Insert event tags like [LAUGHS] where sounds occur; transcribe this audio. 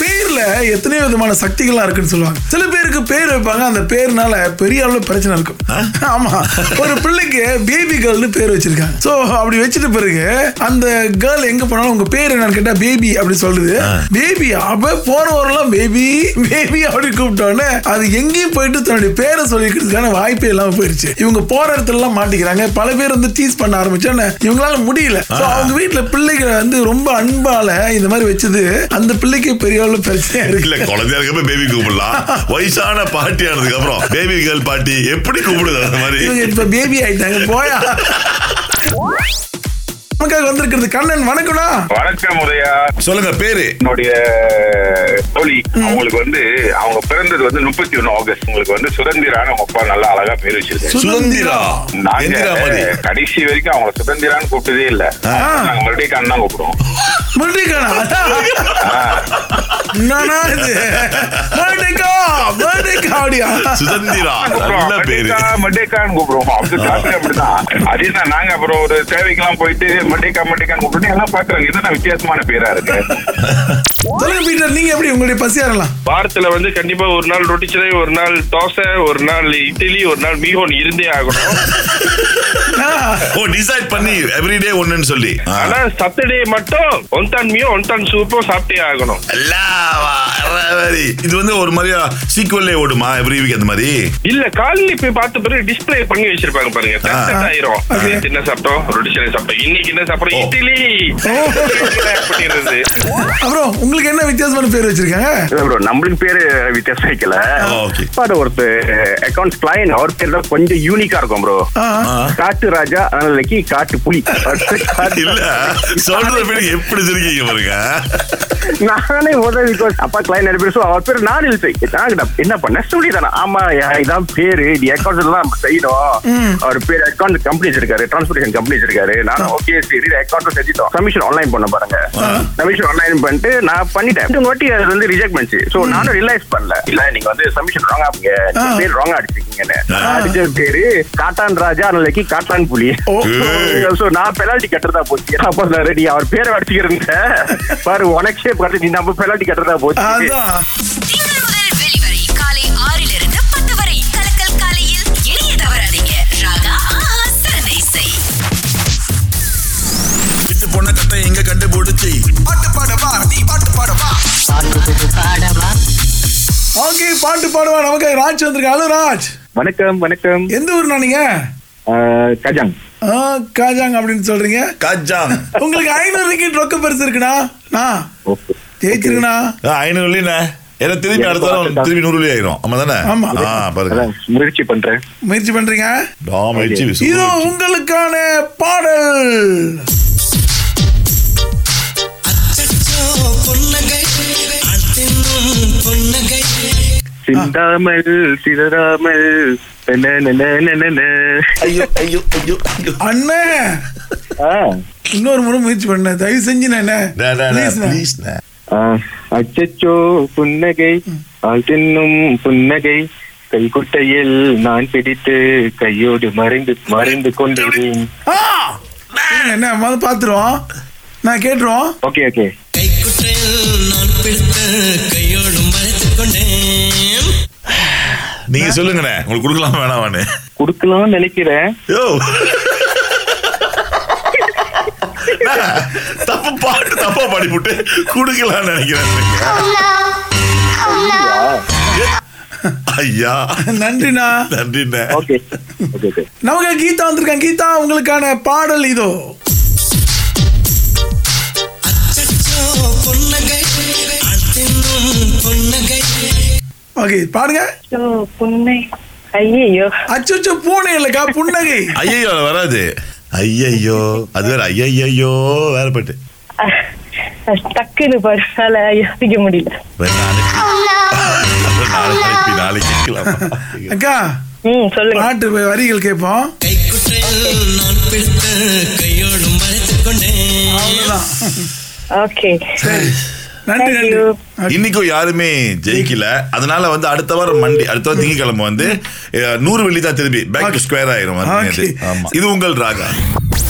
பேர்ல எத்தனையோ விதமான சக்திகள்லாம் இருக்குன்னு சொல்லுவாங்க சில பேருக்கு பேர் வைப்பாங்க அந்த பேர்னால பெரிய அளவுல பிரச்சனை இருக்கும் ஆமா ஒரு பிள்ளைக்கு பேபி கேர்ள்னு பேர் வச்சிருக்காங்க சோ அப்படி வச்சிட்ட பிறகு அந்த கேர்ள் எங்க போனாலும் உங்க பேர் என்னன்னு கேட்டா பேபி அப்படி சொல்லுது பேபி அப்ப போறவரெல்லாம் பேபி பேபி அப்படி கூப்பிட்டோன்னே அது எங்கேயும் போயிட்டு தன்னுடைய பேரை சொல்லிக்கிறதுக்கான வாய்ப்பே இல்லாம போயிருச்சு இவங்க போற இடத்துல எல்லாம் மாட்டிக்கிறாங்க பல பேர் வந்து டீஸ் பண்ண ஆரம்பிச்சோன்னு இவங்களால முடியல So, அவங்க வீட்டுல பிள்ளைகளை வந்து ரொம்ப அன்பால இந்த மாதிரி வச்சது அந்த பிள்ளைக்கு பெரிய அளவு பிரச்சனையா இருக்கு இல்ல குழந்தையா இருக்கப்ப பேபி கூப்பிடலாம் வயசான பாட்டி ஆனதுக்கு அப்புறம் பேபி கேர்ள் பாட்டி எப்படி கூப்பிடுது அந்த மாதிரி இவங்க இப்ப பேபி ஆயிட்டாங்க போயா நமக்காக வந்திருக்கிறது கண்ணன் வணக்கம்டா வணக்கம் உதயா சொல்லுங்க பேரு என்னுடைய தோழி அவங்களுக்கு வந்து அவங்க பிறந்தது வந்து முப்பத்தி ஒண்ணு ஆகஸ்ட் உங்களுக்கு வந்து சுதந்திரான உங்க அப்பா நல்லா அழகா பேர் வச்சிருக்காரு சுதந்திரா நாங்க எந்திரா மாதிரி கடைசி வரைக்கும் அவங்க சுதந்திரான்னு கூப்பிட்டதே இல்ல நாங்க மறுபடியும் கண்ணா கூப்பிடுவோம் முருடிக்கானா என்னடா இது முருடிக்கா முருடிக்கா அப்படியா சுதந்திரா கூப்பிடுவோம். நல்ல பேரு மட்டேக்கா, மட்டேக்கான்னு கூப்பிடுவோம் அப்துல் காசர் அப்படிதான் அதே தான் நாங்க அப்புறம் ஒரு தேவைக்கெல்லாம் போயிட்டு மட்டேக்கா மட்டேக்கான்னு கூப்பிட்டு எல்லாம் பாக்குறாங்க இதுதான் வித்தியாசமான பேரா இருக்கு சொல்லுங்க பீட்டர் நீங்க எப்படி உங்களுடைய பசியாரலாம் வாரத்துல வந்து கண்டிப்பா ஒரு நாள் ரொட்டி சிலை ஒரு நாள் தோசை ஒரு நாள் இட்லி ஒரு நாள் மீஹோன் இருந்தே ஆகணும் ஓ டிசைட் பண்ணி எவ்ரிடே ஒண்ணுன்னு சொல்லி ஆனா சாட்டர்டே மட்டும் ஒன்தான் மீயும் ஒன்தான் சூப்பும் சாப்பிட்டே ஆகணும் அல்லாவா, அரவரி. இது வந்து ஒரு மாதிரியா சீக்வல்லே ஓடுமா எவ்ரி வீக் அந்த மாதிரி இல்ல காலையில போய் பார்த்த பிறகு டிஸ்ப்ளே பண்ணி வச்சிருப்பாங்க பாருங்க தட்டட் ஆயிரும் அது என்ன சாப்பிட்டோம் ரொட்டி சிலை சாப்பிட்டோம் இன்னைக்கு என்ன சாப்பிடுறோம் ஓ. இட்லி அப்படின்றது அப்புறம் உங்களுக்கு என்ன வித்தியாசமான பேர் வச்சிருக்காங்க ப்ரோ நம்மளுக்கு பேரு வித்தியாசம் வைக்கல ஆ, okay. அப்பாட ஒருத்த அக்கௌண்ட்ஸ் கிளைன் அவர் பேர் தான் கொஞ்சம் யூனிக்கா இருக்கும் ப்ரோ ஆ. காட்டு ராஜா அதனாலக்கு காட்டு புலி [LAUGHS] காட்டு- இல்ல சொல்ற பேரு எப்படி சிரிக்கீங்க பாருங்க நானே முதல் பிகாஸ் அப்பா கிளைன் நிறைய பேர் so அவர் பேர் நான் இல்லை என்ன பண்ண ஸ்டூடியோ தானே ஆமா யா- இதான் பேரு டி அக்கௌண்ட்ஸ் தான் நம்ம செய்யணும் அவர் பேர் அக்கௌண்ட் கம்பெனி வச்சிருக்காரு டிரான்ஸ்போர்டேஷன் கம்பெனி வச்சிருக்காரு நானும் ஓகே சரி அக்கௌண்ட் செஞ்சுட்டோம் கமிஷன் ஆன்லைன் பண்ண பாருங்க கமிஷன் ஆன்லைன் பண்ணிட்டு நான் பண்ணிட்டேன் இன்னொரு வாட்டி அது வந்து ரிஜெக்ட் பண்ணிச்சு சோ நானும் ரியலைஸ் பண்ணல இல்ல நீங்க வந்து சப்மிஷன் ராங்கா நீங்க ஆ. பேர் ராங்கா அடிச்சிருக்கீங்கன்னு நான் அடிச்ச பேரு காட்டான் ராஜா அதனாலக்கு காட்டான் புலி ஓ. சோ நான் பெனால்டி கட்டுறதா போச்சு அப்ப நான் ரெடி அவர் பேரை அடிச்சுக்கிறேன் பாரு உனக்கு ஷேப் கட்டு நீ நம்ம பெனால்டி கட்டுறதா போச்சு அதான் திங்கள் முதல் வெளிவரை காலை ஆறிலிருந்து பத்து வரை கலக்கல் காலையில் இணைய தவறாதீங்க ராகா ஆஹா, சிறந்த இசை விட்டு பொண்ண கத்தை எங்க கண்டுபிடிச்சி ஓகே பாட்டு பாடுவா நமக்கு ராஜ் வந்திருக்கான் ஹலோ ராஜ் வணக்கம் வணக்கம் எந்த ஊர்னா நீங்க அஹ், கஜாங் ஆ, காஜாங் அப்படின்னு சொல்றீங்க காஜாங் உங்களுக்கு ஐநூறு ரிக்கெட் ரொக்க பெருசு இருக்குண்ணா நான் Okay. ஜெயிச்சிருக்கண்ணா ஐநூறு இல்லைண்ணே ஏன்னா திரும்பி எனக்கு அடுத்த தடவை வாட்டர் திரும்பி நூறு வழி ஆயிரும் ஆமா தானே ஆமா. ஆ, பாருங்க அதான் முயற்சி பண்றேன் முயற்சி பண்றீங்க டாம் அடிச்சு விசுறு இது வச்சு. உங்களுக்கான பாடல் சிந்தாமல் சிதறாமல் நென, நென, நென, நென. அண்ணே ஆ, இன்னொரு முறை முயற்சி பண்ண தயவு செஞ்சு நான் என்ன டே, டே, Please, டே, அண்ணே. please, அண்ணே. ஆ, அச்சச்சோ புன்னகை ஆள் தின்னும் புன்னகை கைக்குட்டையில் நான் பிடித்து கையோடு மறைந்து மறைந்து கொண்டேன் ஆ! இருங்க, என்ன முதல்ல பாத்துருவோம் நான் கேட்டுருவோம் ஓகே ஓகே கைக்குட்டையில் நான் பிடித்த கையோடு மறைத்துக் கொண்டேன் நீங்க சொல்லுங்கண்ணே உங்களுக்கு கொடுக்கலாம் வேணாமான்னு குடுக்கலாம்னு நினைக்கிறேன் யோ அண்ணே, தப்பு பாட்டு தப்பா பாடி போட்டு குடுக்கலாம்னு நினைக்கிறேன் ஐயா நன்றிண்ணா நன்றிண்ணே ஓகே ஓகே ஓகே நமக்கு கீதா வந்திருக்காங்க கீதா உங்களுக்கான பாடல் இதோ அச்சச்சோ புன்னகை ஆள் தின்னும் புன்னகை ஓகே பாடுங்க அச்சோ, புண்ணை ஐயோ அச்சோ பூனை இல்லக்கா புன்னகை ஐயையோ அது வராது ஐயையோ அது வேற ஐயையோ வேற பாட்டு Ah, டக்குன்னு பருவால யோசிக்க முடியல வேற நாளைக்கு நாளைக்கு நாளைக்கு கேட்கலாமா? அக்கா ம் சொல்லுங்க பாட்டு வரிகள் கேட்போம் கைக்குட்டையில் நான் பிடித்த கையோடு மறைத்துக் கொண்டேன் அவ்வளவுதான் ஓகே சரி நன்றி Thank நன்றி you. இன்னைக்கும் யாருமே ஜெயிக்கல அதனால வந்து அடுத்த வாரம் மண்டே அடுத்த வாரம் திங்கக்கிழமை வந்து அஹ், நூறு வெள்ளி தான் திரும்பி பேக் டு ஸ்கொயர் ஆயிரும் அது. Okay. ஆமா இது உங்கள் ராகா